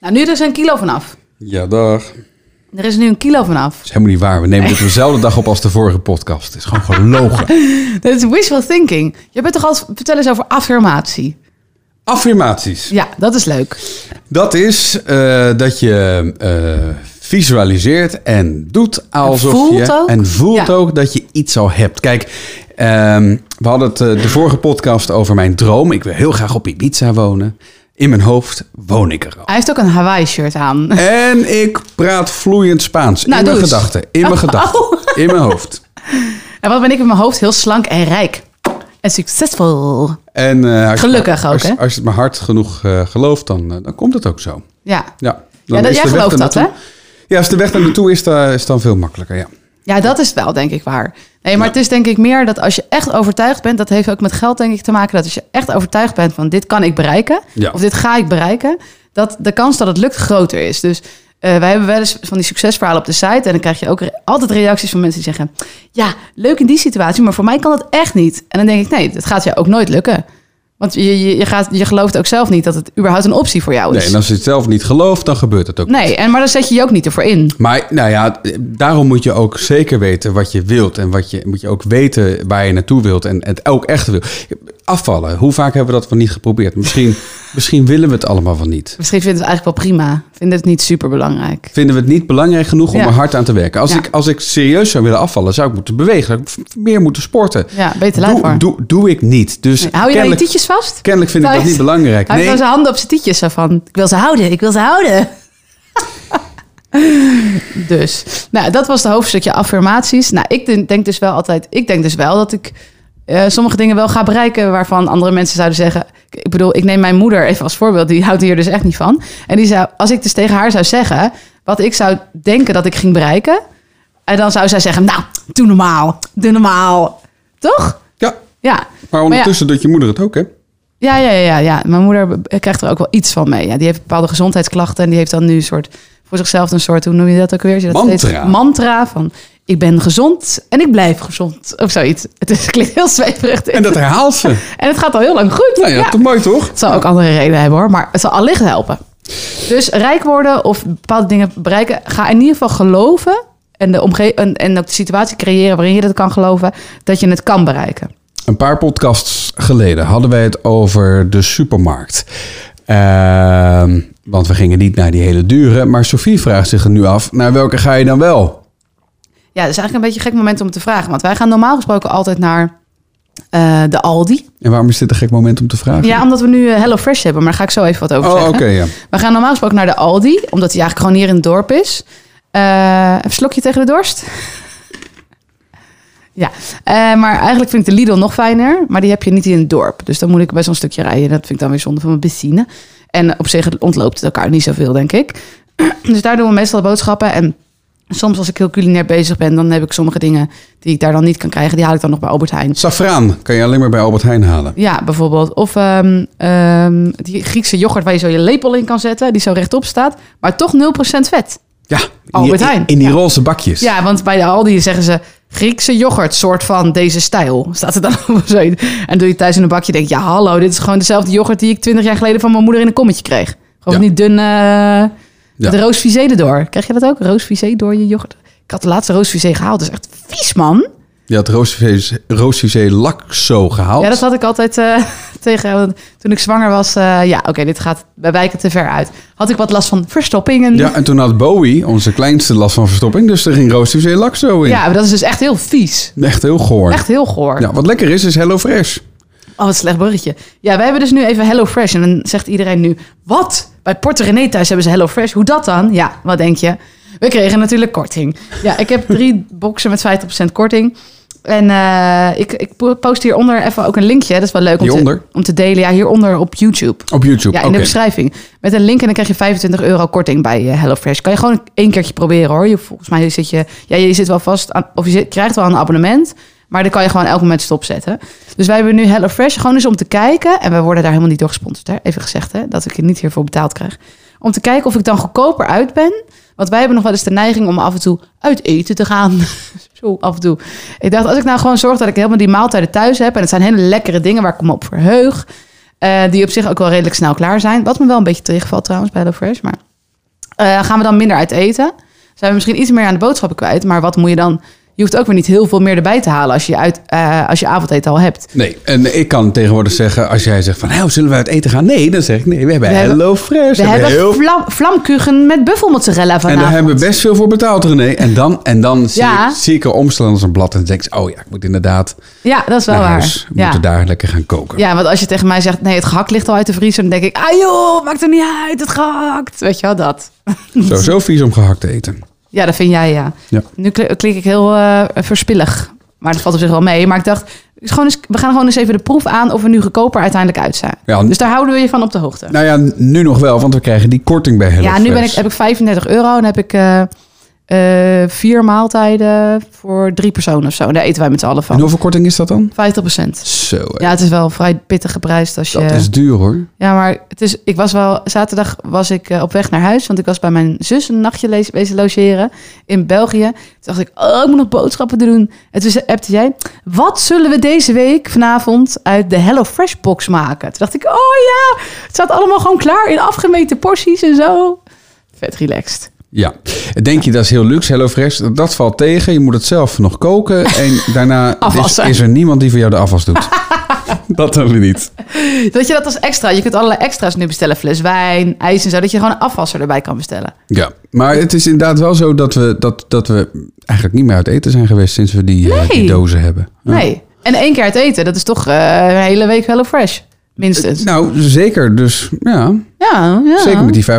Nou, nu is er een kilo vanaf. Ja, dag. Het Er is nu een kilo vanaf. is helemaal niet waar. We nemen dit dezelfde dag op als de vorige podcast. Het is gewoon gelogen. Dat is wishful thinking. Je bent toch altijd... Vertel eens over affirmatie. Affirmaties. Ja, dat is leuk. Dat is eh, dat je eh, visualiseert en doet alsof En voelt je... ook. En voelt Ja. ook dat je iets al hebt. Kijk, ehm, we hadden het eh, de vorige podcast over mijn droom. Ik wil heel graag op Ibiza wonen. In mijn hoofd woon ik er al. Hij heeft ook een Hawaii-shirt aan. En ik praat vloeiend Spaans. Ah. Nou, in mijn doe eens. gedachten. In mijn Oh. gedachten. In mijn hoofd. En wat ben ik in mijn hoofd? Heel slank en rijk. En succesvol. En, eh, als je- Gelukkig ook, als, hè? Als je het maar hard genoeg eh, gelooft, dan, eh, dan komt het ook zo. Ja. Ja, Ja, dan dat, is jij de weg gelooft dat, ernaartoe- hè? Ja, als de weg naar naartoe is, dan, is dan veel makkelijker, ja. Ja, dat is wel, denk ik, waar. Nee, maar het is denk ik meer dat als je echt overtuigd bent... dat heeft ook met geld, denk ik, te maken... dat als je echt overtuigd bent van dit kan ik bereiken... Ja. of dit ga ik bereiken... dat de kans dat het lukt groter is. Dus eh, wij hebben wel eens van die succesverhalen op de site... en dan krijg je ook re- altijd reacties van mensen die zeggen... ja, leuk in die situatie, maar voor mij kan dat echt niet. En dan denk ik, nee, dat gaat jou ook nooit lukken. Want je, je, je, gaat, je gelooft ook zelf niet dat het überhaupt een optie voor jou is. Nee, en als je het zelf niet gelooft, dan gebeurt het ook niet. Nee, en, maar dan zet je je ook niet ervoor in. Maar nou ja, daarom moet je ook zeker weten wat je wilt. En wat je, moet je ook weten waar je naartoe wilt. En het ook echt wil. Afvallen. Hoe vaak hebben we dat wel niet geprobeerd? Misschien, misschien willen we het allemaal wel niet. Misschien vinden we het eigenlijk wel prima. Vinden het niet super belangrijk. Vinden we het niet belangrijk genoeg om Ja. er hard aan te werken? Als, Ja. ik, als ik serieus zou willen afvallen, zou ik moeten bewegen. Zou ik v- meer moeten sporten. Ja, beter laat doe, maar. doe, doe ik niet. Dus Hou je nou je kennelijk, tietjes vast? kennelijk vind ik Nou, dat niet belangrijk. Hij heeft Nee, wel zijn handen op zijn tietjes zo van... Ik wil ze houden, ik wil ze houden. dus, nou, dat was het hoofdstukje affirmaties. Nou, ik denk- denk dus wel altijd... Ik denk dus wel dat ik eh, sommige dingen wel ga bereiken... waarvan andere mensen zouden zeggen... Ik bedoel, ik neem mijn moeder even als voorbeeld. Die houdt hier dus echt niet van. En die zou, als ik dus tegen haar zou zeggen... wat ik zou denken dat ik ging bereiken... en dan zou zij zeggen... Nou, doe normaal, doe normaal. Toch? ja, Ja. maar ondertussen doet je moeder het ook, hè? Ja, ja, ja, ja, ja. Mijn moeder be- krijgt er ook wel iets van mee. Ja, die heeft bepaalde gezondheidsklachten en die heeft dan nu een soort voor zichzelf een soort, hoe noem je dat ook weer? Als je dat Mantra. steeds- mantra van ik ben gezond en ik blijf gezond. Of zoiets. Het is, klinkt heel zweverig. En dat herhaalt ze. En het gaat al heel lang goed. Nou ja, Ja. toch mooi, toch? Het zal ook andere redenen hebben hoor, maar het zal allicht helpen. Dus rijk worden of bepaalde dingen bereiken, ga in ieder geval geloven en, de omge en, en ook de situatie creëren waarin je dat kan geloven, dat je het kan bereiken. Een paar podcasts geleden hadden wij het over de supermarkt. Ehm, want we gingen niet naar die hele dure. Maar Sophie vraagt zich er nu af, naar welke ga je dan wel? Ja, dat is eigenlijk een beetje een gek moment om te vragen. Want wij gaan normaal gesproken altijd naar eh, de Aldi. En waarom is dit een gek moment om te vragen? Ja, omdat we nu eh, Hello Fresh hebben, maar daar ga ik zo even wat over oh, oké, zeggen. ja. We gaan normaal gesproken naar de Aldi, omdat die eigenlijk gewoon hier in het dorp is. Eh, even een slokje tegen de dorst. ja, eh, maar eigenlijk vind ik de Lidl nog fijner, maar die heb je niet in het dorp. Dus dan moet ik best wel een stukje rijden. Dat vind ik dan weer zonde van mijn benzine. En op zich ontloopt het elkaar niet zoveel, denk ik. dus daar doen we meestal de boodschappen. En soms als ik heel culinair bezig ben, dan heb ik sommige dingen die ik daar dan niet kan krijgen. Die haal ik dan nog bij Albert Heijn. Safraan kan je alleen maar bij Albert Heijn halen. Ja, bijvoorbeeld. Of ehm, ehm, die Griekse yoghurt waar je zo je lepel in kan zetten, die zo rechtop staat, maar toch 0% vet. Ja, in die- Albert Heijn. In die Ja. roze bakjes. Ja, want bij de Aldi zeggen ze Griekse yoghurt, soort van deze stijl. Staat er dan op zo. En doe je thuis in een bakje, denk je, ja hallo, dit is gewoon dezelfde yoghurt die ik 20 jaar geleden van mijn moeder in een kommetje kreeg. Gewoon Ja. niet dun, eh de Ja. roosvisé erdoor. Krijg je dat ook? Roosvisé door je yoghurt? Ik had de laatste roosvisé gehaald, dat is echt vies man. Je had roosvisé- roosvisé Laxo gehaald. Ja, dat had ik altijd eh, tegen hem. Want Toen ik zwanger was, eh, ja, oké, dit gaat, wij wijken te ver uit. Had ik wat last van verstoppingen. Ja, oh en toen had Bowie, onze kleinste, last van verstopping. Dus er ging roosvisé Laxo in. Ja, maar dat is dus echt heel vies. Echt heel goor. Echt heel goor. Ja, wat lekker is, is Hello Fresh. Oh, wat een slecht bruggetje. Ja, wij hebben dus nu even Hello Fresh. En dan zegt iedereen nu, wat? Bij Porter René thuis hebben ze Hello Fresh. Hoe dat dan? Ja, wat denk je? We kregen natuurlijk korting. Ja, ik heb drie boxen met 50% korting. En eh, ik, ik post hieronder even ook een linkje. Dat is wel leuk om, te, Hieronder? om te delen. Ja, hieronder op YouTube. Op YouTube. Ja, in Oké. de beschrijving. Met een link en dan krijg je 25 euro korting bij eh, HelloFresh. Kan je gewoon één keertje proberen hoor. Je, volgens mij zit je, ja, je zit wel vast aan, of je zit- krijgt wel een abonnement. Maar dan kan je gewoon elk moment stopzetten. Dus wij hebben nu HelloFresh gewoon eens om te kijken. En wij worden daar helemaal niet door gesponsord. Hè? Even gezegd hè, dat ik het niet hiervoor betaald krijg. Om te kijken of ik dan goedkoper uit ben. Want wij hebben nog wel eens de neiging om af en toe uit eten te gaan. Zo af en toe. Ik dacht, als ik nou gewoon zorg dat ik helemaal die maaltijden thuis heb. En het zijn hele lekkere dingen waar ik me op verheug. Eh, die op zich ook wel redelijk snel klaar zijn. Wat me wel een beetje tegenvalt trouwens bij HelloFresh. Maar Eh, gaan we dan minder uit eten? Zijn we misschien iets meer aan de boodschappen kwijt? Maar wat moet je dan? Je hoeft ook weer niet heel veel meer erbij te halen als je, uit, eh, als je avondeten al hebt. Nee, en ik kan tegenwoordig zeggen, als jij zegt van, nou, zullen we uit eten gaan? Nee, dan zeg ik nee, we hebben We hebben- Hello Fresh. We hebben vlam, vlamkuchen met buffelmozzarella en vanavond. daar hebben we best veel voor betaald, René. En dan, en dan zie, Ja. ik, zie ik er omslaan als een blad en denk ik, oh ja, ik moet inderdaad Ja, dat is wel naar waar. huis. We ja. moeten daar lekker gaan koken. Ja, want als je tegen mij zegt, nee, het gehakt ligt al uit de vriezer, dan denk ik, ah joh, maakt er niet uit, het gehakt. Weet je wel, dat. Zo, zo vies om gehakt te eten. Ja, dat vind jij, ja. Ja. Nu kli- klink ik heel eh, verspillig, maar dat valt op zich wel mee. Maar ik dacht, is gewoon eens, we gaan gewoon eens even de proef aan of we nu goedkoper uiteindelijk uit zijn. Ja, Dus daar houden we je van op de hoogte. Nou Hm. ja, nu nog wel, want we krijgen die korting bij Hello ja, nu ben ik, heb ik 35 euro en heb ik eh, eh, vier maaltijden voor drie personen of zo. En daar eten wij met z'n allen En van. hoeveel korting is dat dan? 50 procent. Zo, hè. Ja, het is wel vrij pittig geprijsd als je... dat is duur hoor. Ja, maar het is, ik was wel, zaterdag was ik eh, op weg naar huis, want ik was bij mijn zus een nachtje lees- wezen logeren in België. Toen dacht ik, oh, ik moet nog boodschappen doen. En toen ze- appte jij, wat zullen we deze week vanavond uit de Hello Fresh box maken? Toen dacht ik, oh ja, het staat allemaal gewoon klaar in afgemeten porties en zo. Vet relaxed. Ja, denk je dat is heel luxe, HelloFresh? Dat valt tegen. Je moet het zelf nog koken en daarna is, Afwassen. is er niemand die voor jou de afwas doet. dat hebben we niet. Dat je dat als extra, je kunt allerlei extra's nu bestellen, fles wijn, ijs en zo, dat je gewoon een afwasser erbij kan bestellen. Ja, maar het is inderdaad wel zo dat we, dat, dat we eigenlijk niet meer uit eten zijn geweest sinds we die, eh, Nee. die dozen hebben. Ja. Nee, en één keer uit eten, dat is toch eh, een hele week Hello Fresh. Minstens. Nou, zeker. Dus ja, Ja, ja. zeker met die 50%.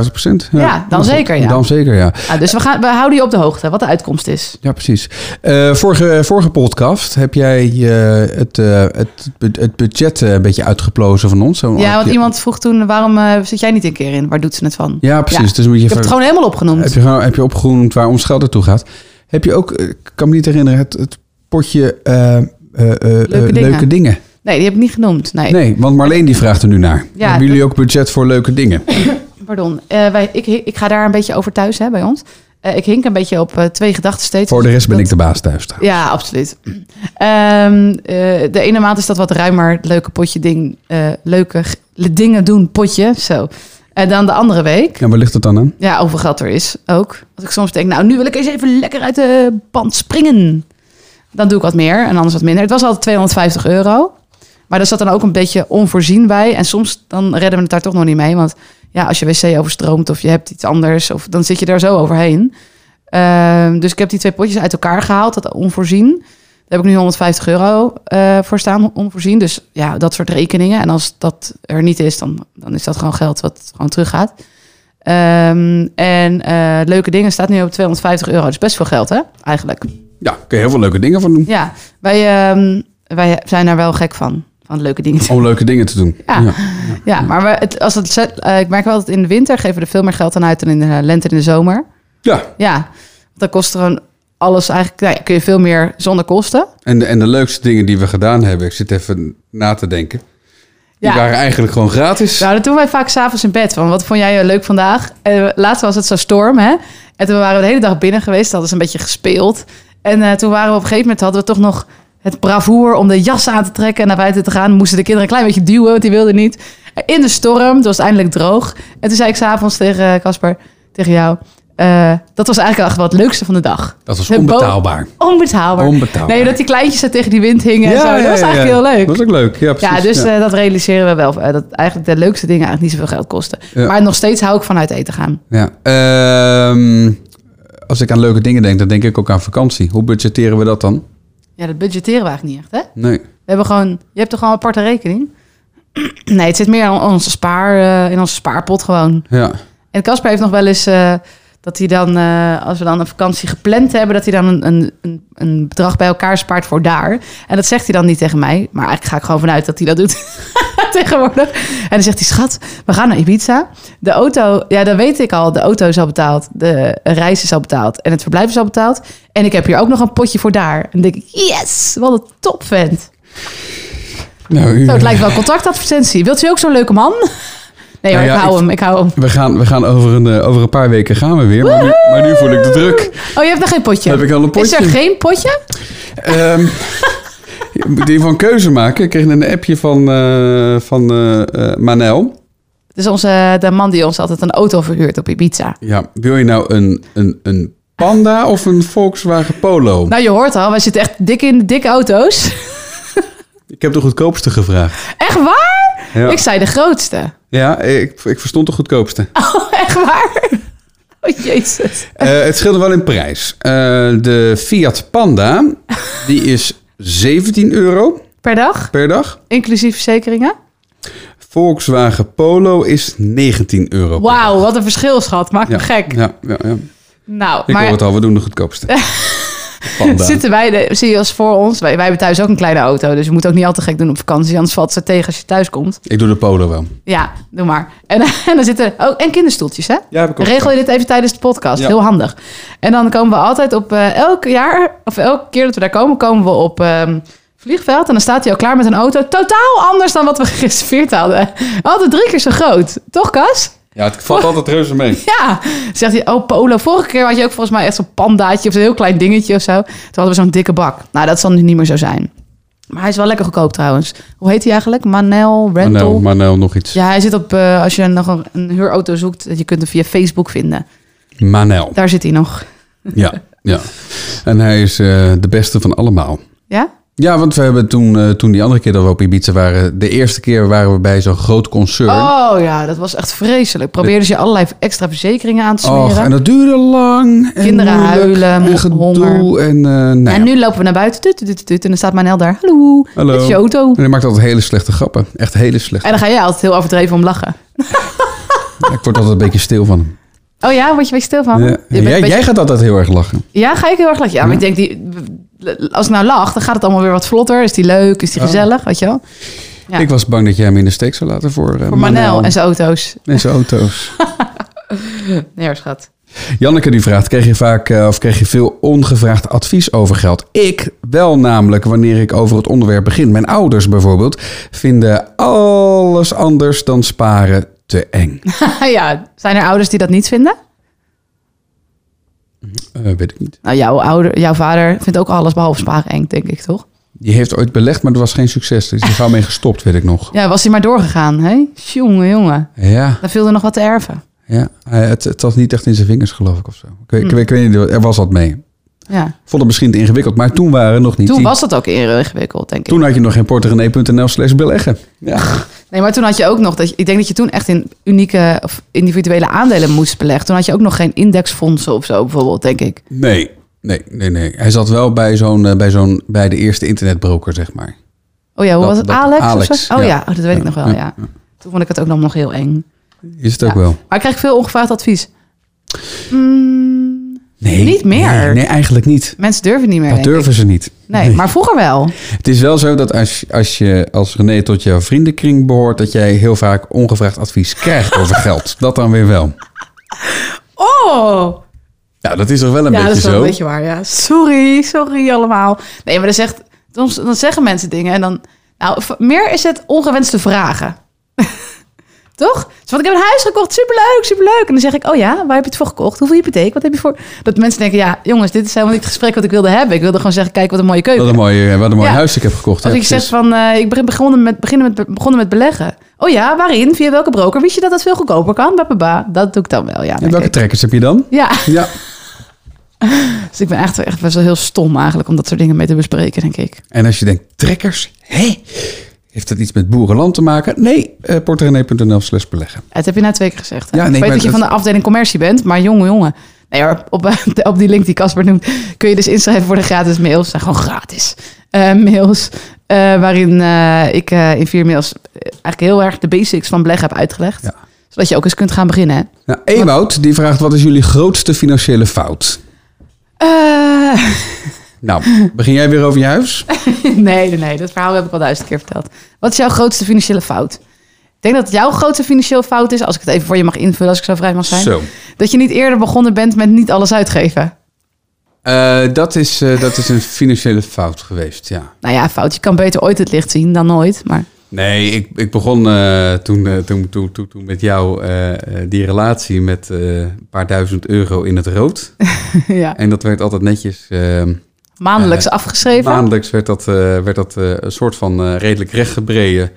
Ja, Ja, dan Maar goed, zeker, ja. Dan zeker, ja. Ja, dus we, gaan, we houden je op de hoogte wat de uitkomst is. Ja, precies. Eh, vorige, vorige podcast heb jij eh, het, eh, het, bu- het budget eh, een beetje uitgeplozen van ons. Zo- Ja, want iemand vroeg toen, waarom eh, zit jij niet een keer in? Waar doet ze het van? Ja, precies. Dus moet je Ik heb even- het gewoon helemaal heb, opgenoemd. je, gewoon- heb je opgeroemd waar ons geld naartoe gaat. Heb je ook, eh, ik kan me niet herinneren, het, het potje eh, eh, eh, eh, leuke, dingen. dingen. Nee, die heb ik niet genoemd. Nee, Nee, want Marleen die vraagt er nu naar. Ja, Hebben jullie ook budget voor leuke dingen? pardon. Eh, wij, ik, ik ga daar een beetje over thuis hè, bij ons. Eh, ik hink een beetje op eh, twee gedachten steeds. voor de rest ben Dat- ik de baas thuis. trouwens. Ja, absoluut. Ehm, eh, de ene maand is dat wat ruimer, het leuke potje ding, eh, leuke g- dingen doen potje, zo. En dan de andere week, En waar ligt het dan aan? Ja, hoeveel geld er is ook. Als ik soms denk, nou, nu wil ik eens even lekker uit de band springen. Dan doe ik wat meer en anders wat minder. Het was altijd 250 euro. Maar dat zat dan ook een beetje onvoorzien bij. En soms dan redden we het daar toch nog niet mee. Want ja, als je wc overstroomt of je hebt iets anders... Of, dan zit je daar zo overheen. Ehm, dus ik heb die twee potjes uit elkaar gehaald, dat onvoorzien. Daar heb ik nu 150 euro eh, voor staan, onvoorzien. Dus ja, dat soort rekeningen. En als dat er niet is, dan, dan is dat gewoon geld wat gewoon teruggaat. Ehm, en eh, leuke dingen staat nu op 250 euro. Dat is best veel geld, hè? Eigenlijk. Ja, daar kun je heel veel leuke dingen van doen. Ja, wij, ehm, wij zijn daar wel gek van. Van leuke dingen. Om leuke dingen te doen. Ja. Ja, maar we, het, als het, zet- eh, ik merk wel dat in de winter geven we er veel meer geld aan uit dan in de lente en de zomer. ja. Ja, want dan kost er een, alles eigenlijk... Nou ja, kun je veel meer zonder kosten. En, de, en de leukste dingen die we gedaan hebben, ik zit even na te denken. Die Ja. waren eigenlijk gewoon gratis. Nou, dat doen wij vaak s'avonds in bed. Van wat vond jij eh, leuk vandaag? Eh, laatst was het zo storm, hè? En toen waren we de hele dag binnen geweest. Hadden ze een beetje gespeeld. En eh, toen waren we op een gegeven moment... hadden we toch nog het bravoer om de jas aan te trekken... en naar buiten te gaan. Moesten de kinderen een klein beetje duwen, want die wilden niet. Eh, In de storm, het was eindelijk droog. En toen zei ik s'avonds tegen eh, Casper, tegen jou... eh, dat was eigenlijk echt wel het leukste van de dag. Dat was De bo- onbetaalbaar. Onbetaalbaar. Onbetaalbaar. Nee, dat die kleintjes daar tegen die wind hingen en zo. Dat was ja, eigenlijk ja. heel leuk. Dat was ook leuk, ja precies. Ja, dus eh, dat realiseren we wel. eh, dat eigenlijk de leukste dingen eigenlijk niet zoveel geld kosten. Ja. Maar nog steeds hou ik van uit eten gaan. Ja. Ehm, als ik aan leuke dingen denk, dan denk ik ook aan vakantie. Hoe budgetteren we dat dan? Ja, dat budgetteren we eigenlijk niet echt, hè? Nee. We hebben gewoon... Je hebt toch gewoon een aparte rekening? Nee, het zit meer in onze, spaar, eh, in onze spaarpot gewoon. Ja. En Casper heeft nog wel eens... eh, dat hij dan, eh, als we dan een vakantie gepland hebben... dat hij dan een, een- een, een bedrag bij elkaar spaart voor daar. En dat zegt hij dan niet tegen mij. Maar eigenlijk ga ik gewoon vanuit dat hij dat doet tegenwoordig. En dan zegt hij, schat, we gaan naar Ibiza. De auto, ja, dat weet ik al. De auto is al betaald. De reis is al betaald. En het verblijf is al betaald. En ik heb hier ook nog een potje voor daar. En dan denk ik, yes, wat een top vent. Nou, u- Zo, het lijkt wel een contactadvertentie. Wilt u ook zo'n leuke man? Nee hoor, Nou ja, ik hou ik- hem, ik hou hem. we gaan, we gaan over, een, eh, over een paar weken gaan we weer. Maar nu, maar nu voel ik de druk. Oh, je hebt nog geen potje? Heb ik al een Is er potje? geen potje? Ehm je moet in ieder geval een keuze maken. Ik kreeg een appje van, eh, van eh, eh, Manel. Dus onze, de man die ons altijd een auto verhuurt op Ibiza. Ja, wil je nou een, een, een Panda of een Volkswagen Polo? Nou, je hoort al, wij zitten echt dik in de dikke auto's. Ik heb de goedkoopste gevraagd. Echt waar? Ja, Ik zei de grootste. ja ik, ik verstond de goedkoopste. Oh, echt waar? Oh, jezus. Eh, het scheelde wel in prijs. Eh, de Fiat Panda, die is 17 euro Per dag, per dag. inclusief verzekeringen. Volkswagen Polo is 19 euro. per dag. Wauw, wat een verschil, schat. Maakt Ja, me gek. Ja, ja, ja. Nou, Ik hoor maar het al, we doen de goedkoopste. Panda. zitten wij, de, zie je als voor ons, wij, wij hebben thuis ook een kleine auto. Dus je moet ook niet al te gek doen op vakantie, anders valt ze tegen als je thuis komt. Ik doe de Polo wel. Ja, doe maar. En, en dan zitten ook en kinderstoeltjes, hè? Ja, heb ik ook Regel je dit even tijdens de podcast. Ja. Heel handig. En dan komen we altijd op eh, elk jaar, of elke keer dat we daar komen, komen we op ehm, vliegveld. En dan staat hij al klaar met een auto. Totaal anders dan wat we gereserveerd hadden. Altijd drie keer zo groot. Toch, Kas? Ja, het valt altijd reuze mee. Ja. Zegt hij, oh Polo, vorige keer had je ook volgens mij echt zo'n pandaatje of zo'n heel klein dingetje of zo. Toen hadden we zo'n dikke bak. Nou, dat zal nu niet meer zo zijn. Maar hij is wel lekker goedkoop trouwens. Hoe heet hij eigenlijk? Manel Rental? Manel, Manel, nog iets. Ja, hij zit op, eh, als je nog een, een huurauto zoekt, je kunt hem via Facebook vinden. Manel, Daar zit hij nog. ja. ja. En hij is eh, de beste van allemaal. Ja? Ja, want we hebben toen, eh, toen die andere keer dat we op Ibiza waren... de eerste keer waren we bij zo'n groot concern. Oh ja, dat was echt vreselijk. Probeerden ze je allerlei extra verzekeringen aan te smeren. Och, en dat duurde lang. En Kinderen moeilijk huilen, en gedoe. honger. En, eh, nou ja. En nu lopen we naar buiten. Tut, tut, tut, tut, en dan staat Manel daar. Hallo, Hallo. dit is je auto. En hij maakt altijd hele slechte grappen. Echt hele slechte. En dan ga jij altijd heel overdreven om lachen. Ik word altijd een beetje stil van hem. Oh Eh. ja, word je weer stil van? Ja. Je bent En Jij, een beetje- jij gaat altijd heel erg lachen. Ja, ga ik heel erg lachen. Ja, maar ik denk, die, als ik nou lach, dan gaat het allemaal weer wat vlotter. Is die leuk? Is die Oh. gezellig? Weet je wel? Ja. Ik was bang dat jij hem in de steek zou laten voor, eh, Voor Manel en zijn auto's. en zijn auto's. Nee, schat. Janneke die vraagt, kreeg je vaak eh, of kreeg je veel ongevraagd advies over geld? Ik wel namelijk wanneer ik over het onderwerp begin. Mijn ouders bijvoorbeeld vinden alles anders dan sparen te eng. ja, zijn er ouders die dat niet vinden? Eh, weet ik niet. Nou, jouw, ouder, jouw vader vindt ook alles behalve sparen eng, denk ik, toch? Die heeft ooit belegd, maar dat was geen succes. Dus die is er gauw mee gestopt, weet ik nog. Ja, was hij maar doorgegaan, hè? Jongen, jongen. Ja, Daar viel er nog wat te erven. ja. Eh, het, het zat niet echt in zijn vingers geloof ik of zo. Ik, Hmm. weet- ik, weet- ik weet niet, er was wat mee. Ja. Vond het misschien te ingewikkeld, maar toen waren we nog niet. Toen die- was dat ook ingewikkeld, denk ik. toen had je nog geen porterenee.nl slash beleggen. Ja. Nee, maar toen had je ook nog... Dat je, ik denk dat je toen echt in unieke of individuele aandelen moest beleggen. Toen had je ook nog geen indexfondsen of zo, bijvoorbeeld, denk ik. Nee, nee, nee, nee. Hij zat wel bij, zo'n, eh, bij, zo'n, bij de eerste internetbroker, zeg maar. Oh ja, hoe Dat- was het? dat- Alex, Alex, of zo? Oh ja. ja, oh, dat weet ik nog wel, ja, ja. Toen vond ik het ook nog, nog heel eng. Is het ook Ja. wel? Maar ik kreeg veel ongevraagd advies. Mm, Nee. Niet meer. Nee, nee, eigenlijk niet. mensen durven niet meer. Dat denk ik. durven ze niet. Nee, maar vroeger wel. Het is wel zo dat als, je- als je als René tot jouw vriendenkring behoort, dat jij heel vaak ongevraagd advies krijgt over geld. Dat dan weer wel. Oh! Ja, dat is toch wel een ja, beetje dat is wel zo. een beetje waar, ja. Sorry, sorry allemaal. Nee, maar dan, zegt, dan, dan zeggen mensen dingen en dan... Nou, v- meer is het ongewenste vragen. Toch? Dus want ik heb een huis gekocht, superleuk, superleuk. En dan zeg ik, oh ja, waar heb je het voor gekocht? Hoeveel hypotheek? Wat heb je voor... Dat mensen denken, ja, jongens, dit is helemaal niet het gesprek wat ik wilde hebben. Ik wilde gewoon zeggen, kijk, wat een mooie keuken. Wat een mooi, wat een mooi Ja. huis ik heb gekocht. Als Ja, ik zeg precies. van, eh, ik ben begonnen met, beginnen met, begonnen met beleggen. Oh ja, waarin? Via welke broker? Wist je dat dat veel goedkoper kan? Ba, ba, ba. Dat doe ik dan wel, ja. en denk welke ik. trekkers heb je dan? Ja. Ja. Dus ik ben echt, echt best wel heel stom eigenlijk om dat soort dingen mee te bespreken, denk ik. En als je denkt, trekkers? Hé? Heeft dat iets met boerenland te maken? Nee, eh porterenee.nl slash beleggen. Dat heb je nou twee keer gezegd. hè? Ja, nee, ik weet maar dat je dat- van de afdeling commercie bent, maar jongen, jongen. Nee hoor, op, eh, op die link die Casper noemt, kun je dus inschrijven voor de gratis mails. Het zijn gewoon gratis eh, mails. eh, waarin eh, ik eh, in vier mails eh, eigenlijk heel erg de basics van beleggen heb uitgelegd. Ja. Zodat je ook eens kunt gaan beginnen. Hè? Nou, Ewout die vraagt: wat is jullie grootste financiële fout? Eh, Nou, begin jij weer over je huis? nee, nee, nee, dat verhaal heb ik al duizend keer verteld. Wat is jouw grootste financiële fout? Ik denk dat jouw grootste financiële fout is, als ik het even voor je mag invullen, als ik zo vrij mag zijn. Zo. Dat je niet eerder begonnen bent met niet alles uitgeven. Eh, dat, is, eh, dat is een financiële fout geweest, ja. Nou ja, fout. Je kan beter ooit het licht zien dan nooit. Maar Nee, ik, ik begon eh, toen, eh, toen, toen, toen, toen met jou eh, eh, die relatie met eh, een paar duizend euro in het rood. ja, En dat werd altijd netjes. eh, maandelijks afgeschreven. maandelijks werd dat, eh, werd dat eh, een soort van eh, redelijk rechtgebreien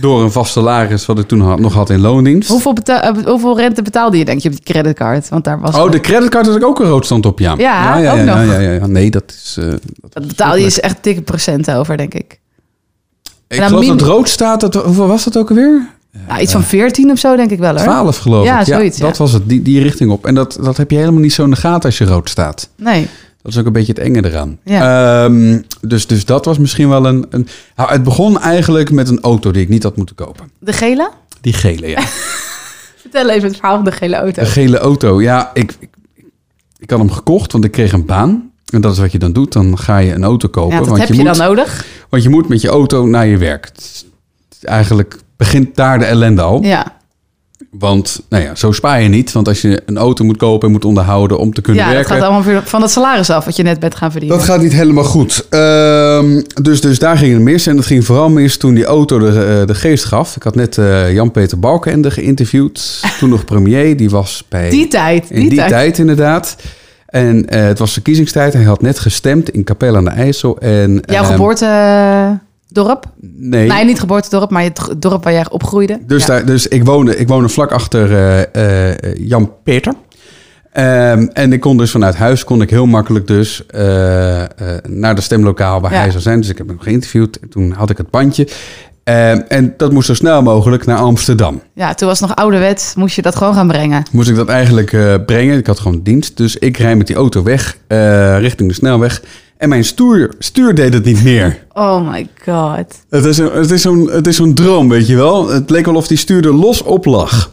Door een vast salaris wat ik toen had, nog had in loondienst. Hoeveel, beta- eh, hoeveel rente betaalde je, denk je, op die creditcard? Want daar was Oh, de creditcard had ik ook een rood stand op, ja. Ja, ook ja, nog. ja, ja, ja. Nee, dat is... eh, dat betaalde je dus echt dikke procenten over, denk ik. ik dan geloof min- dat rood staat, dat, hoeveel was dat ook alweer? Nou, iets van 14 of zo, denk ik wel hoor. 12 geloof Ja, ik. zoiets, dat ja. was het, die, die richting op. En dat, dat heb je helemaal niet zo in de gaten als je rood staat. Nee. Dat is ook een beetje het enge eraan. Ja. Ehm, dus, dus dat was misschien wel een... een nou, het begon eigenlijk met een auto die ik niet had moeten kopen. De gele? Die gele, ja. Vertel even het verhaal van de gele auto. Een gele auto. Ja, ik, ik, ik had hem gekocht, want ik kreeg een baan. En dat is wat je dan doet. Dan ga je een auto kopen. ja, dat want heb je, moet, dan nodig. Want je moet met je auto naar je werk. Het is- het is Eigenlijk begint daar de ellende al. Ja, Want nou ja, zo spaar je niet. Want als je een auto moet kopen en moet onderhouden om te kunnen ja dat werken. gaat allemaal weer van dat salaris af wat je net bent gaan verdienen. Dat gaat niet helemaal goed. Ehm, dus, dus daar ging het mis. En dat ging vooral mis toen die auto de, eh, de geest gaf. Ik had net eh, Jan-Peter Balkenende geïnterviewd. Toen nog premier. Die was bij... Die tijd, in die, die tijd. tijd inderdaad. En eh, het was verkiezingstijd. Hij had net gestemd in Capelle aan de IJssel. En, Jouw ehm, geboortedorp? Nee. Nee, niet geboortedorp, maar het dorp waar jij opgroeide. Dus, Ja. daar, dus ik woonde, ik woonde vlak achter eh, eh, Jan Peter. Ehm, en ik kon dus vanuit huis kon ik heel makkelijk dus eh, eh, naar de stemlokaal waar Ja. hij zou zijn. Dus ik heb hem geïnterviewd. En toen had ik het bandje. Ehm, en dat moest zo snel mogelijk naar Amsterdam. ja, toen was het nog ouderwet, moest je dat gewoon gaan brengen. Moest ik dat eigenlijk eh, brengen. Ik had gewoon dienst. Dus ik rijd met die auto weg eh, richting de snelweg. En mijn stuur, stuur deed het niet meer. Oh my god. Het is, een, het, is zo'n, het is zo'n droom, weet je wel. Het leek wel of die stuurder los op lag.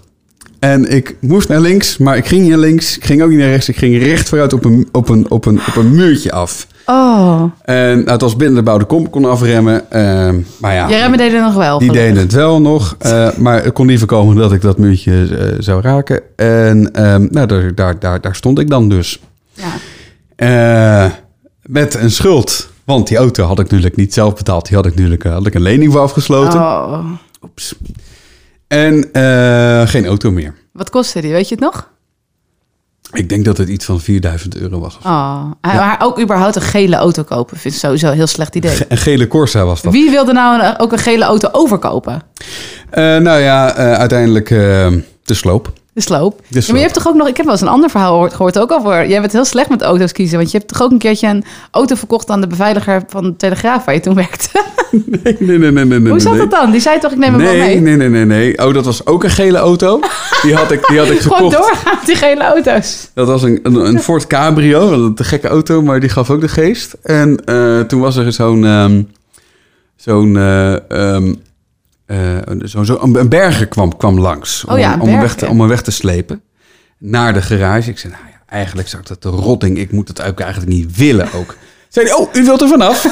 En ik moest naar links, maar ik ging niet naar links. Ik ging ook niet naar rechts. Ik ging recht vooruit op een, op een, op een, op een muurtje af. Oh. En nou, het was binnen de bouwde kom, ik kon afremmen. ehm, maar ja, Je remmen deden nog wel. die gelukkig. deden het wel nog. eh, maar ik kon niet voorkomen dat ik dat muurtje eh, zou raken. En ehm, nou, daar, daar, daar, daar stond ik dan dus. Ja. Eh, met een schuld. Want die auto had ik natuurlijk niet zelf betaald. Die had ik natuurlijk eh, had ik een lening voor afgesloten. Oh. Oeps. En eh, geen auto meer. Wat kostte die, weet je het nog? Ik denk dat het iets van 4000 euro was. Oh. Maar ook überhaupt een gele auto kopen vind ik sowieso een heel slecht idee. Ge- Een gele Corsa was dat. Wie wilde nou een- ook een gele auto overkopen? Eh, nou ja, eh, uiteindelijk eh, de sloop. De sloop. Ja, maar sloop. je hebt toch ook nog... Ik heb wel eens een ander verhaal gehoord, gehoord ook over... Jij bent heel slecht met auto's kiezen. Want je hebt toch ook een keertje een auto verkocht aan de beveiliger van de Telegraaf waar je toen werkte. Nee, nee, nee, nee, nee. Hoe zat dat dan? Die zei toch, ik neem hem wel Nee, mee. nee, nee, nee, nee. Oh, dat was ook een gele auto. Die had ik, die had ik Gewoon gekocht. doorgaan, die gele auto's. Dat was een, een, een Ford Cabrio, een te gekke auto, maar die gaf ook de geest. En eh, toen was er zo'n ehm, zo'n eh, ehm, eh, zo'n- zo'n- een- een berger kwam, kwam langs om, Oh ja, een om, hem weg berger. te, om hem weg te slepen naar de garage. Ik zei, nou ja, eigenlijk zou ik dat de rotting, ik moet dat ook eigenlijk niet willen ook. Zei hij, oh, u wilt er vanaf?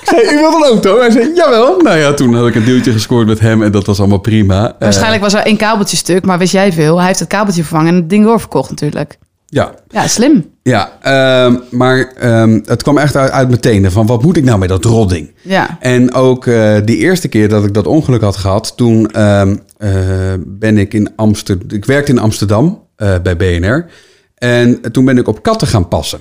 ik zei, u wilt een auto? Hij zei, jawel. Nou ja, toen had ik een deeltje gescoord met hem en dat was allemaal prima. Eh, Waarschijnlijk was er één kabeltje stuk, maar wist jij veel? Hij heeft het kabeltje vervangen en het ding doorverkocht natuurlijk. ja, Ja, slim. Ja, ehm, maar ehm, het kwam echt uit, uit mijn tenen van wat moet ik nou met dat rodding? Ja. En ook eh, die eerste keer dat ik dat ongeluk had gehad, toen ehm, eh, ben ik in Amsterdam, ik werkte in Amsterdam eh, bij BNR. En toen ben ik op katten gaan passen.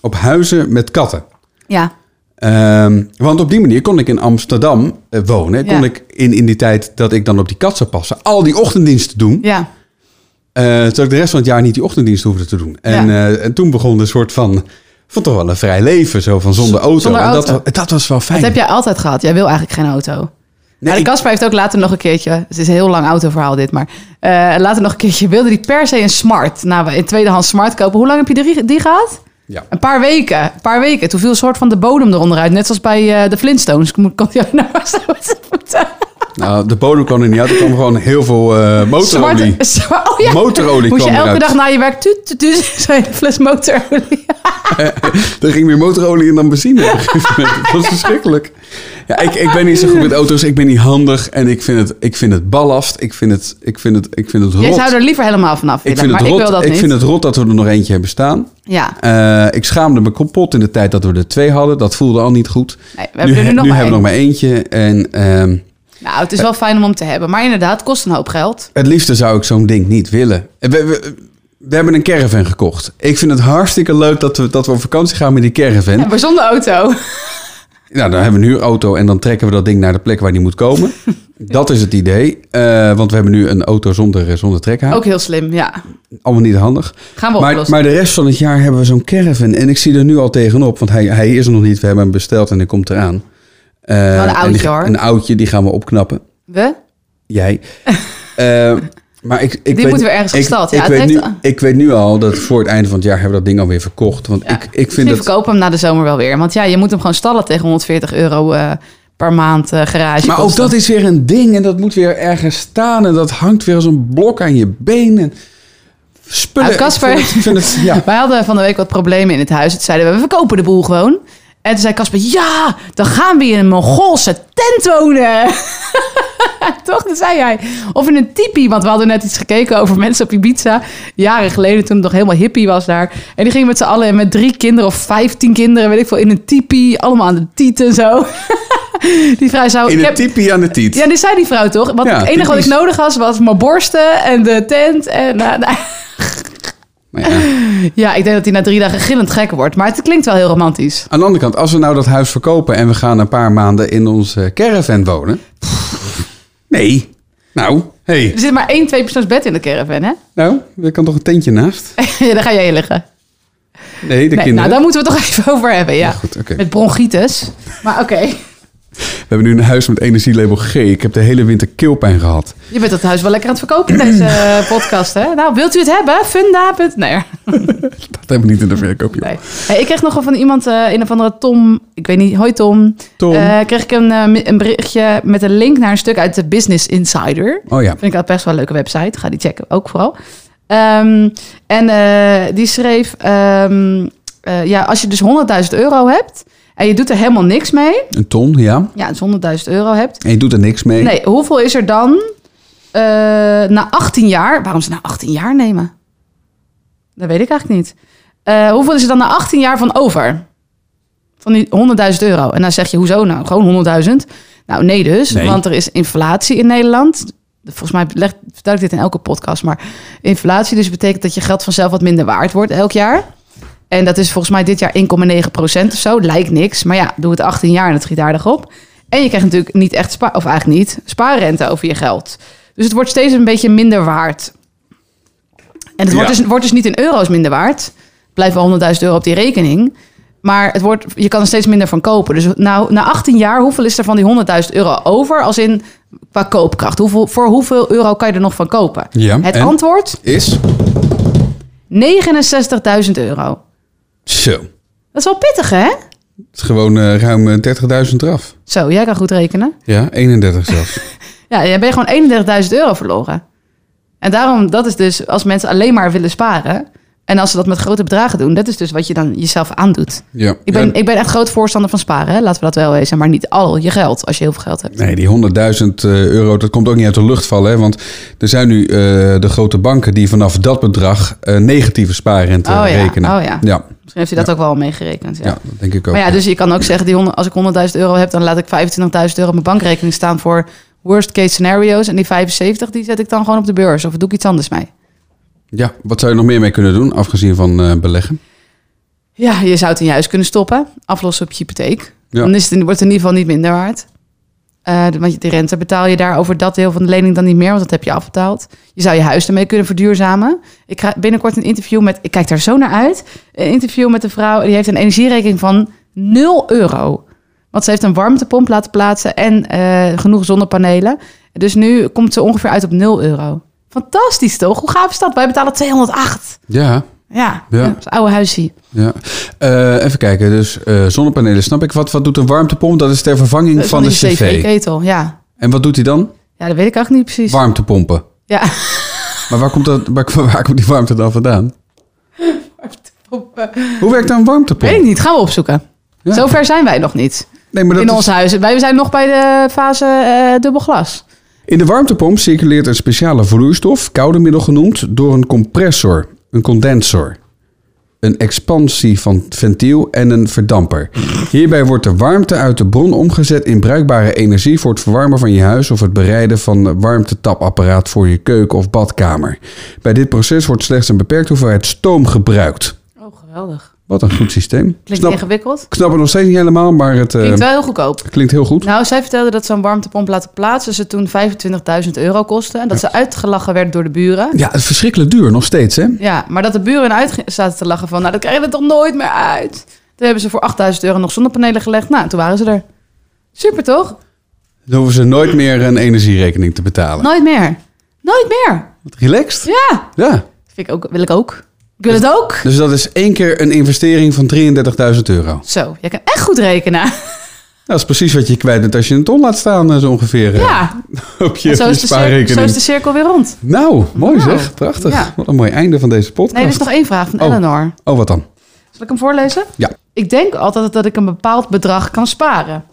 Op huizen met katten. Ja. Ehm, want op die manier kon ik in Amsterdam eh, wonen. Ja. Kon ik in, in die tijd dat ik dan op die kat zou passen, al die ochtenddiensten doen. Ja. Eh, terwijl ik de rest van het jaar niet die ochtenddienst hoefde te doen. En, eh, en toen begon een soort van, van toch wel een vrij leven, zo van zonder auto. Zonder en auto. Dat, wa- dat was wel fijn. Dat heb jij altijd gehad. Jij wil eigenlijk geen auto. Nee, maar ik- de Casper heeft ook later nog een keertje... Het is een heel lang autoverhaal dit, maar... eh, later nog een keertje wilde hij per se een Smart. Nou, een tweedehands Smart kopen. Hoe lang heb je die, die gehad? ja. Een paar weken. Een paar weken. Toen viel een soort van de bodem eronder uit. Net zoals bij eh, de Flintstones. Kon kon hij nou maar zo met zijn voeten. Nou, de bodem kwam er niet uit. Er kwam gewoon heel veel eh motorolie. Zwarte- zwa- oh ja. Motorolie Moest je kwam elke eruit. dag na je werk... Tuut, tuut, tuut, zo'n hele fles motorolie. Er ging meer motorolie in dan benzine. op een gegeven moment. Dat was verschrikkelijk. Ja, ik, ik ben niet zo goed met auto's. Ik ben niet handig. En ik vind het, ik vind het ballast. Ik vind het, ik vind het, ik vind het rot. Jij zou er liever helemaal vanaf ik willen, vind het maar rot. ik wil dat ik niet. vind het rot dat we er nog eentje hebben staan. Ja, Eh, ik schaamde me kapot in de tijd dat we er twee hadden. Dat voelde al niet goed. Nee, we hebben er nu he- nog maar hebben we nog één. maar eentje. En ehm, nou, het is wel fijn om hem te hebben. Maar inderdaad, het kost een hoop geld. het liefste zou ik zo'n ding niet willen. We, we, we hebben een caravan gekocht. Ik vind het hartstikke leuk dat we, dat we op vakantie gaan met die caravan. Ja, maar zonder auto. Nou, dan hebben we een huurauto en dan trekken we dat ding naar de plek waar die moet komen. Dat is het idee. Eh, want we hebben nu een auto zonder, eh, zonder trekhaak. Ook heel slim, ja. Allemaal niet handig. Gaan we Maar, oplossen. maar de rest van het jaar hebben we zo'n caravan. En ik zie er nu al tegenop, want hij, hij is er nog niet. We hebben hem besteld en hij komt eraan. Eh, een en die- oudje, hoor. Een oudje, die gaan we opknappen. We? Jij. Eh, maar ik, ik Die weet, moeten we ergens ik- gestald. Ik, Ja, het weet nu, heeft- ik weet nu al dat voor het einde van het jaar hebben we dat ding alweer verkocht. Want Ja. ik, ik vind Misschien het... verkopen we hem na de zomer wel weer. Want ja, je moet hem gewoon stallen tegen 140 euro eh, per maand eh garage. Maar ook dat is weer een ding en dat moet weer ergens staan. En dat hangt weer als een blok aan je been. En spullen. Nou, Casper. Oh, Ik vind het- ik vind het- ja. Wij hadden van de week wat problemen in het huis. Toen zeiden we, we verkopen de boel gewoon. En toen zei Casper, ja, dan gaan we in een Mongoolse tent wonen. Toch? Dat zei hij. Of in een tipi, want we hadden net iets gekeken over mensen op Ibiza. Jaren geleden, toen het nog helemaal hippie was daar. En die gingen met z'n allen en met drie kinderen of vijftien kinderen, weet ik veel, in een tipi. Allemaal aan de tieten en zo. die vrouw zou... In ik een heb- tipi aan de tiet. ja, die zei die vrouw toch? Want Ja, het enige wat ik typisch. nodig had, was mijn borsten en de tent. En, nou, nou, Maar ja. ja, ik denk dat hij na drie dagen gillend gek wordt. Maar het klinkt wel heel romantisch. Aan de andere kant, als we nou dat huis verkopen en we gaan een paar maanden in onze caravan wonen. Nee. Nou, hey. Er zit maar één tweepersoons bed in de caravan, hè? Nou, er kan toch een tentje naast? ja, daar ga jij in liggen. Nee, de Nee, nou, kinderen. daar moeten we het toch even over hebben, ja. Ja, goed, oké. Met bronchitis. Maar oké, We hebben nu een huis met energielabel G. Ik heb de hele winter keelpijn gehad. je bent dat huis wel lekker aan het verkopen in deze eh, podcast, hè? Nou, wilt u het hebben? Funda. Nee, hoor. Dat hebben we niet in de verkoop, joh. nee. Hey, ik kreeg nog wel van iemand, eh, een of andere Tom, ik weet niet, hoi Tom. Tom. Eh, kreeg ik een, eh, een berichtje met een link naar een stuk uit de Business Insider. Oh ja. Vind ik dat best wel een leuke website. Ga die checken, ook vooral. Ehm, en eh, die schreef... ehm, eh, ja, als je dus 100.000 euro hebt... en je doet er helemaal niks mee... Een ton, ja. ja, dus 100.000 euro hebt... En je doet er niks mee. nee, hoeveel is er dan eh, na 18 jaar... waarom ze na 18 jaar nemen? Dat weet ik eigenlijk niet. Eh, hoeveel is er dan na 18 jaar van over? Van die 100.000 euro. En dan zeg je, hoezo nou? Gewoon 100.000? Nou, nee dus. Nee. Want er is inflatie in Nederland. Volgens mij leg, vertel ik dit in elke podcast. Maar inflatie dus betekent dat je geld vanzelf wat minder waard wordt elk jaar. En dat is volgens mij dit jaar 1,9 procent of zo. Lijkt niks. Maar ja, doe het 18 jaar en het schiet aardig op. En je krijgt natuurlijk niet echt spa of eigenlijk niet, spaarrente over je geld. Dus het wordt steeds een beetje minder waard. En het wordt, Ja. dus, wordt dus niet in euro's minder waard. Blijft wel 100.000 euro op die rekening. Maar het wordt, je kan er steeds minder van kopen. Dus nou, na 18 jaar, hoeveel is er van die 100.000 euro over? Als in qua koopkracht. Hoeveel, voor hoeveel euro kan je er nog van kopen? Ja, het en? antwoord? Is? 69.000 euro. Zo. Dat is wel pittig, hè? Het is gewoon eh, ruim eh, 30.000 eraf. Zo, jij kan goed rekenen. Ja, 31 zelfs. Ja, dan ben je gewoon 31.000 euro verloren. En daarom, dat is dus als mensen alleen maar willen sparen. En als ze dat met grote bedragen doen, dat is dus wat je dan jezelf aandoet. ja. Ik ben, Ja, ik ben echt groot voorstander van sparen, hè? laten we dat wel wezen. Maar niet al je geld, als je heel veel geld hebt. Nee, die 100.000 euro, dat komt ook niet uit de lucht vallen. Hè? Want er zijn nu eh, de grote banken die vanaf dat bedrag eh, negatieve spaarrente Oh ja, rekenen. oh ja. Ja, Misschien heeft u dat ook wel meegerekend. Ja. ja, dat denk ik ook. maar ja, dus je kan ook zeggen, die honderd- als ik 100.000 euro heb, dan laat ik 25.000 euro op mijn bankrekening staan voor worst case scenario's. En die 75, die zet ik dan gewoon op de beurs. Of doe ik iets anders mee. Ja, wat zou je nog meer mee kunnen doen, afgezien van eh, beleggen? Ja, je zou het in je huis kunnen stoppen. Aflossen op je hypotheek. Ja. Dan is het, in- wordt het in ieder geval niet minder waard. Eh, de- want je- de rente betaal je daar over dat deel van de lening dan niet meer, want dat heb je afbetaald. Je zou je huis ermee kunnen verduurzamen. Ik ga binnenkort een interview met, ik kijk daar zo naar uit, een interview met een vrouw, die heeft een energierekening van 0 euro. Want ze heeft een warmtepomp laten plaatsen en eh, genoeg zonnepanelen. Dus nu komt ze ongeveer uit op 0 euro. Fantastisch toch? Hoe gaaf is dat? Wij betalen 208. Ja, Ja, Ja. dat is een oude huisje. ja. Eh, even kijken. Dus eh, zonnepanelen, snap ik. Wat, wat doet een warmtepomp? Dat is ter vervanging van, de Eh, die cv. cv-ketel, ja. En wat doet hij dan? Ja, dat weet ik eigenlijk niet precies. Warmtepompen. Ja. Maar waar komt, dat, waar, waar komt die warmte dan vandaan? Hoe werkt dan een warmtepomp? Weet ik niet, gaan we opzoeken. Ja. Zover zijn wij nog niet Nee, maar dat in is- ons huis. Wij zijn nog bij de fase eh dubbel glas. In de warmtepomp circuleert een speciale vloeistof, koude middel genoemd, door een compressor, een condensor, een expansie van het ventiel en een verdamper. Hierbij wordt de warmte uit de bron omgezet in bruikbare energie voor het verwarmen van je huis of het bereiden van een warmtetapapparaat voor je keuken of badkamer. Bij dit proces wordt slechts een beperkte hoeveelheid stoom gebruikt. Oh, geweldig. Wat een goed systeem. Klinkt snap, Ehm. ingewikkeld. ik snap het nog steeds niet helemaal, maar het eh, Klinkt wel heel goedkoop. klinkt heel goed. Nou, zij vertelde dat zo'n warmtepomp laten plaatsen ze toen 25.000 euro kostte. En dat ze uitgelachen werd door de buren. Ja, het is verschrikkelijk duur nog steeds, hè? Ja, maar dat de buren uit zaten te lachen van, nou, dat krijg je er toch nooit meer uit. Toen hebben ze voor 8.000 euro nog zonnepanelen gelegd. Nou, toen waren ze er. Super toch? Dan hoeven ze nooit meer een energierekening te betalen. Nooit meer. Nooit meer. Wat relaxed. Ja. Ja. Vind ik ook, wil ik ook. Ik wil het ook. Dus dat is één keer een investering van 33.000 euro. Zo, jij kan echt goed rekenen. Dat is precies wat je kwijt bent als je een ton laat staan, eh, zo ongeveer. eh, Ja, Op je, en zo, je is de cir- spaarrekening. zo is de cirkel weer rond. Nou, mooi Nou, zeg. Prachtig. ja. Wat een mooi einde van deze podcast. Nee, er is nog één vraag van Oh. Eleanor. Oh, wat dan? Zal ik hem voorlezen? Ja. Ik denk altijd dat ik een bepaald bedrag kan sparen.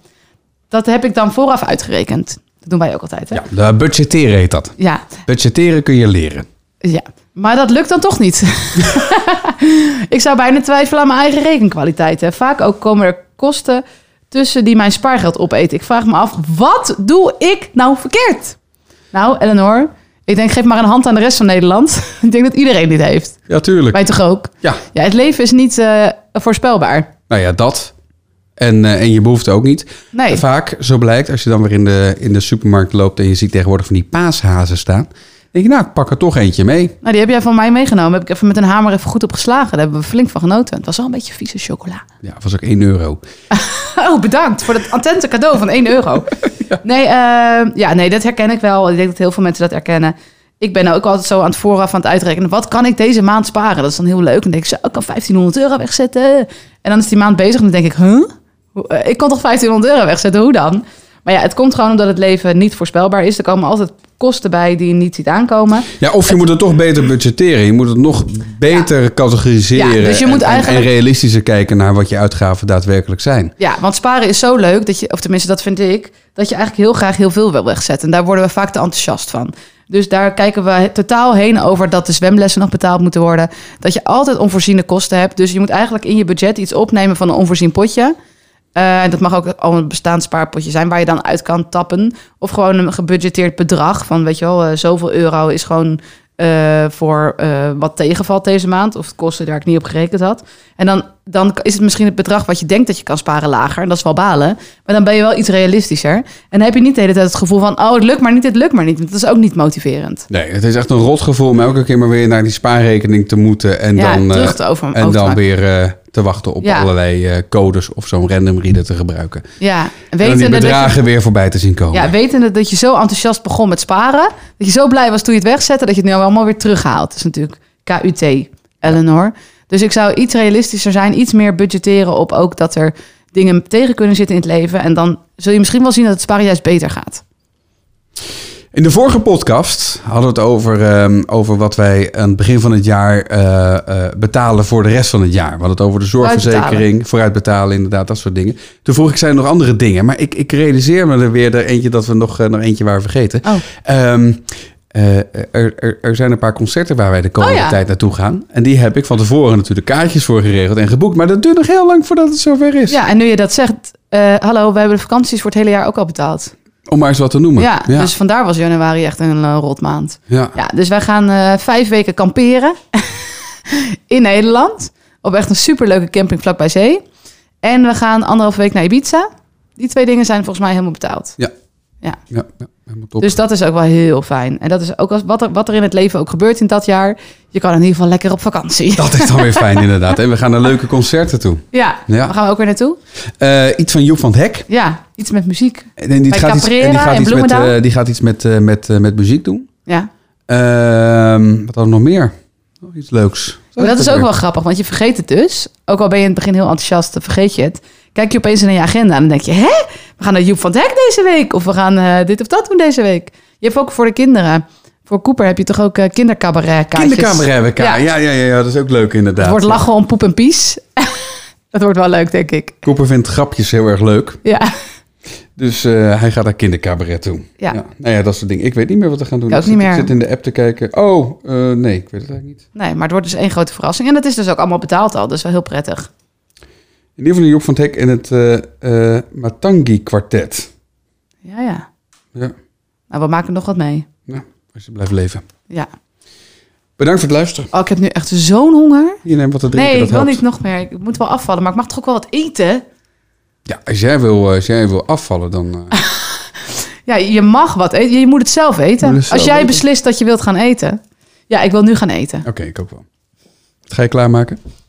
Dat heb ik dan vooraf uitgerekend. Dat doen wij ook altijd, hè? ja. De budgetteren heet dat. Ja, Budgetteren kun je leren. ja. Maar dat lukt dan toch niet. ik zou bijna twijfelen aan mijn eigen rekenkwaliteiten. Vaak ook komen er kosten tussen die mijn spaargeld opeten. Ik vraag me af, wat doe ik nou verkeerd? Nou, Eleanor, ik denk geef maar een hand aan de rest van Nederland. ik denk dat iedereen dit heeft. Ja, tuurlijk. Wij toch ook? Ja, Ja, het leven is niet eh, voorspelbaar. nou ja, dat. En, eh, en je behoefte ook niet. Nee. Vaak, zo blijkt, als je dan weer in de, in de supermarkt loopt en je ziet tegenwoordig van die paashazen staan. denk je, nou, ik pak er toch eentje mee. Nou, die heb jij van mij meegenomen. Heb ik even met een hamer even goed op geslagen. Daar hebben we flink van genoten. Het was wel een beetje vieze chocola. Ja, was ook 1 euro. Oh, bedankt voor dat attente cadeau van 1 euro. Nee, eh, ja, nee, dat herken ik wel. Ik denk dat heel veel mensen dat herkennen. Ik ben nou ook altijd zo aan het vooraf aan het uitrekenen. Wat kan ik deze maand sparen? Dat is dan heel leuk. En dan denk ik, zo, ik kan 1500 euro wegzetten. En dan is die maand bezig en dan denk ik, huh? Hoe- eh, Ik kan toch 1500 euro wegzetten? Hoe dan? Maar ja, het komt gewoon omdat het leven niet voorspelbaar is. Er komen altijd kosten bij die je niet ziet aankomen. Ja, of je moet het toch beter budgetteren. Je moet het nog beter categoriseren. Ja, dus je en- moet en, eigenlijk- en realistischer kijken naar wat je uitgaven daadwerkelijk zijn. Ja, want sparen is zo leuk dat je, of tenminste dat vind ik, dat je eigenlijk heel graag heel veel wil wegzetten. En daar worden we vaak te enthousiast van. Dus daar kijken we totaal heen over dat de zwemlessen nog betaald moeten worden. Dat je altijd onvoorziene kosten hebt. Dus je moet eigenlijk in je budget iets opnemen van een onvoorzien potje. Eh, dat mag ook al een bestaand spaarpotje zijn waar je dan uit kan tappen. Of gewoon een gebudgeteerd bedrag van, weet je wel, eh, zoveel euro is gewoon eh, voor eh, wat tegenvalt deze maand. Of kosten daar ik niet op gerekend had. En dan, dan is het misschien het bedrag wat je denkt dat je kan sparen lager. En dat is wel balen. Maar dan ben je wel iets realistischer. En dan heb je niet de hele tijd het gevoel van... oh, het lukt maar niet, het lukt maar niet. Want dat is ook niet motiverend. Nee, het is echt een rotgevoel om elke keer maar weer naar die spaarrekening te moeten. En ja, dan, eh, terug te over, en over te dan maken. weer eh, te wachten op Ja. allerlei eh, codes of zo'n random reader te gebruiken. Ja, en dan die dat je- bedragen weer voorbij te zien komen. ja, wetende dat je zo enthousiast begon met sparen... dat je zo blij was toen je het wegzette... dat je het nu allemaal weer terughaalt. Dat is natuurlijk KUT, Eleanor. Dus ik zou iets realistischer zijn. Iets meer budgetteren op ook dat er dingen tegen kunnen zitten in het leven. En dan zul je misschien wel zien dat het sparen juist beter gaat. In de vorige podcast hadden we het over, ehm, over wat wij aan het begin van het jaar eh, eh, betalen voor de rest van het jaar. We hadden het over de zorgverzekering, Vooruitbetalen. vooruitbetalen, inderdaad, dat soort dingen. Toen vroeg ik, zijn er nog andere dingen? Maar ik, ik realiseer me er weer er eentje dat we nog, eh, nog eentje waren vergeten. Oh. Ehm, eh, er, er, er zijn een paar concerten waar wij de komende Oh ja. tijd naartoe gaan. En die heb ik van tevoren natuurlijk kaartjes voor geregeld en geboekt. Maar dat duurt nog heel lang voordat het zover is. Ja, en nu je dat zegt, eh, hallo, we hebben de vakanties voor het hele jaar ook al betaald. Om maar eens wat te noemen. ja, ja. dus vandaar was januari echt een eh, rotmaand. Ja. Ja, dus wij gaan eh, vijf weken kamperen in Nederland. Op echt een superleuke camping vlakbij zee. En we gaan anderhalf week naar Ibiza. Die twee dingen zijn volgens mij helemaal betaald. Ja, ja, helemaal top. Dus dat is ook wel heel fijn. En dat is ook als, wat, er, wat er in het leven ook gebeurt in dat jaar. Je kan in ieder geval lekker op vakantie. Dat is dan weer fijn inderdaad. En we gaan naar leuke concerten toe. Ja, Ja. waar gaan we ook weer naartoe? Eh, iets van Joep van het Hek. Ja, iets met muziek. En die, Bij gaat iets, en die, Caprera gaat in iets met, Bloemendaal. eh, die gaat iets met, eh, met, eh, met muziek doen. Ja. Ehm, wat hadden we nog meer? Nog iets leuks. Maar dat is ook wel grappig, want je vergeet het dus. Ook al ben je in het begin heel enthousiast, dan vergeet je het. Kijk je opeens naar je agenda en dan denk je... hè, we gaan naar Joep van het Hek deze week. Of we gaan eh, dit of dat doen deze week. Je hebt ook voor de kinderen... Voor Cooper heb je toch ook eh kindercabaret kaartjes? Kinderkamer hebben we elkaar. Ja. Ja, ja, ja, dat is ook leuk inderdaad. Het wordt lachen om poep en pies. dat wordt wel leuk, denk ik. Cooper vindt grapjes heel erg leuk. Ja, Dus eh, hij gaat naar kindercabaret toe. Ja. Nou ja, dat soort dingen. Ik weet niet meer wat we gaan doen. Ik ook zit, niet meer. ik zit in de app te kijken. Oh, eh, nee, ik weet het eigenlijk niet. nee, maar het wordt dus één grote verrassing. En dat is dus ook allemaal betaald al, dus wel heel prettig. In ieder geval Joep van het Hek en het eh, eh, Matangi kwartet. Ja, ja. Ja, Nou, we maken nog wat mee. als je blijft leven. Ja. Bedankt voor het luisteren. Oh, ik heb nu echt zo'n honger. Hier neem wat te nee, drinken, ik dat wil helpt. niet nog meer. Ik moet wel afvallen, maar ik mag toch ook wel wat eten? Ja, als jij wil, eh, als jij wil afvallen, dan... eh, Ja, je mag wat eten. Je moet het zelf eten. Je moet het zelf Als jij eten. beslist dat je wilt gaan eten. Ja, ik wil nu gaan eten. Oké, ik ook wel. Wat ga je klaarmaken?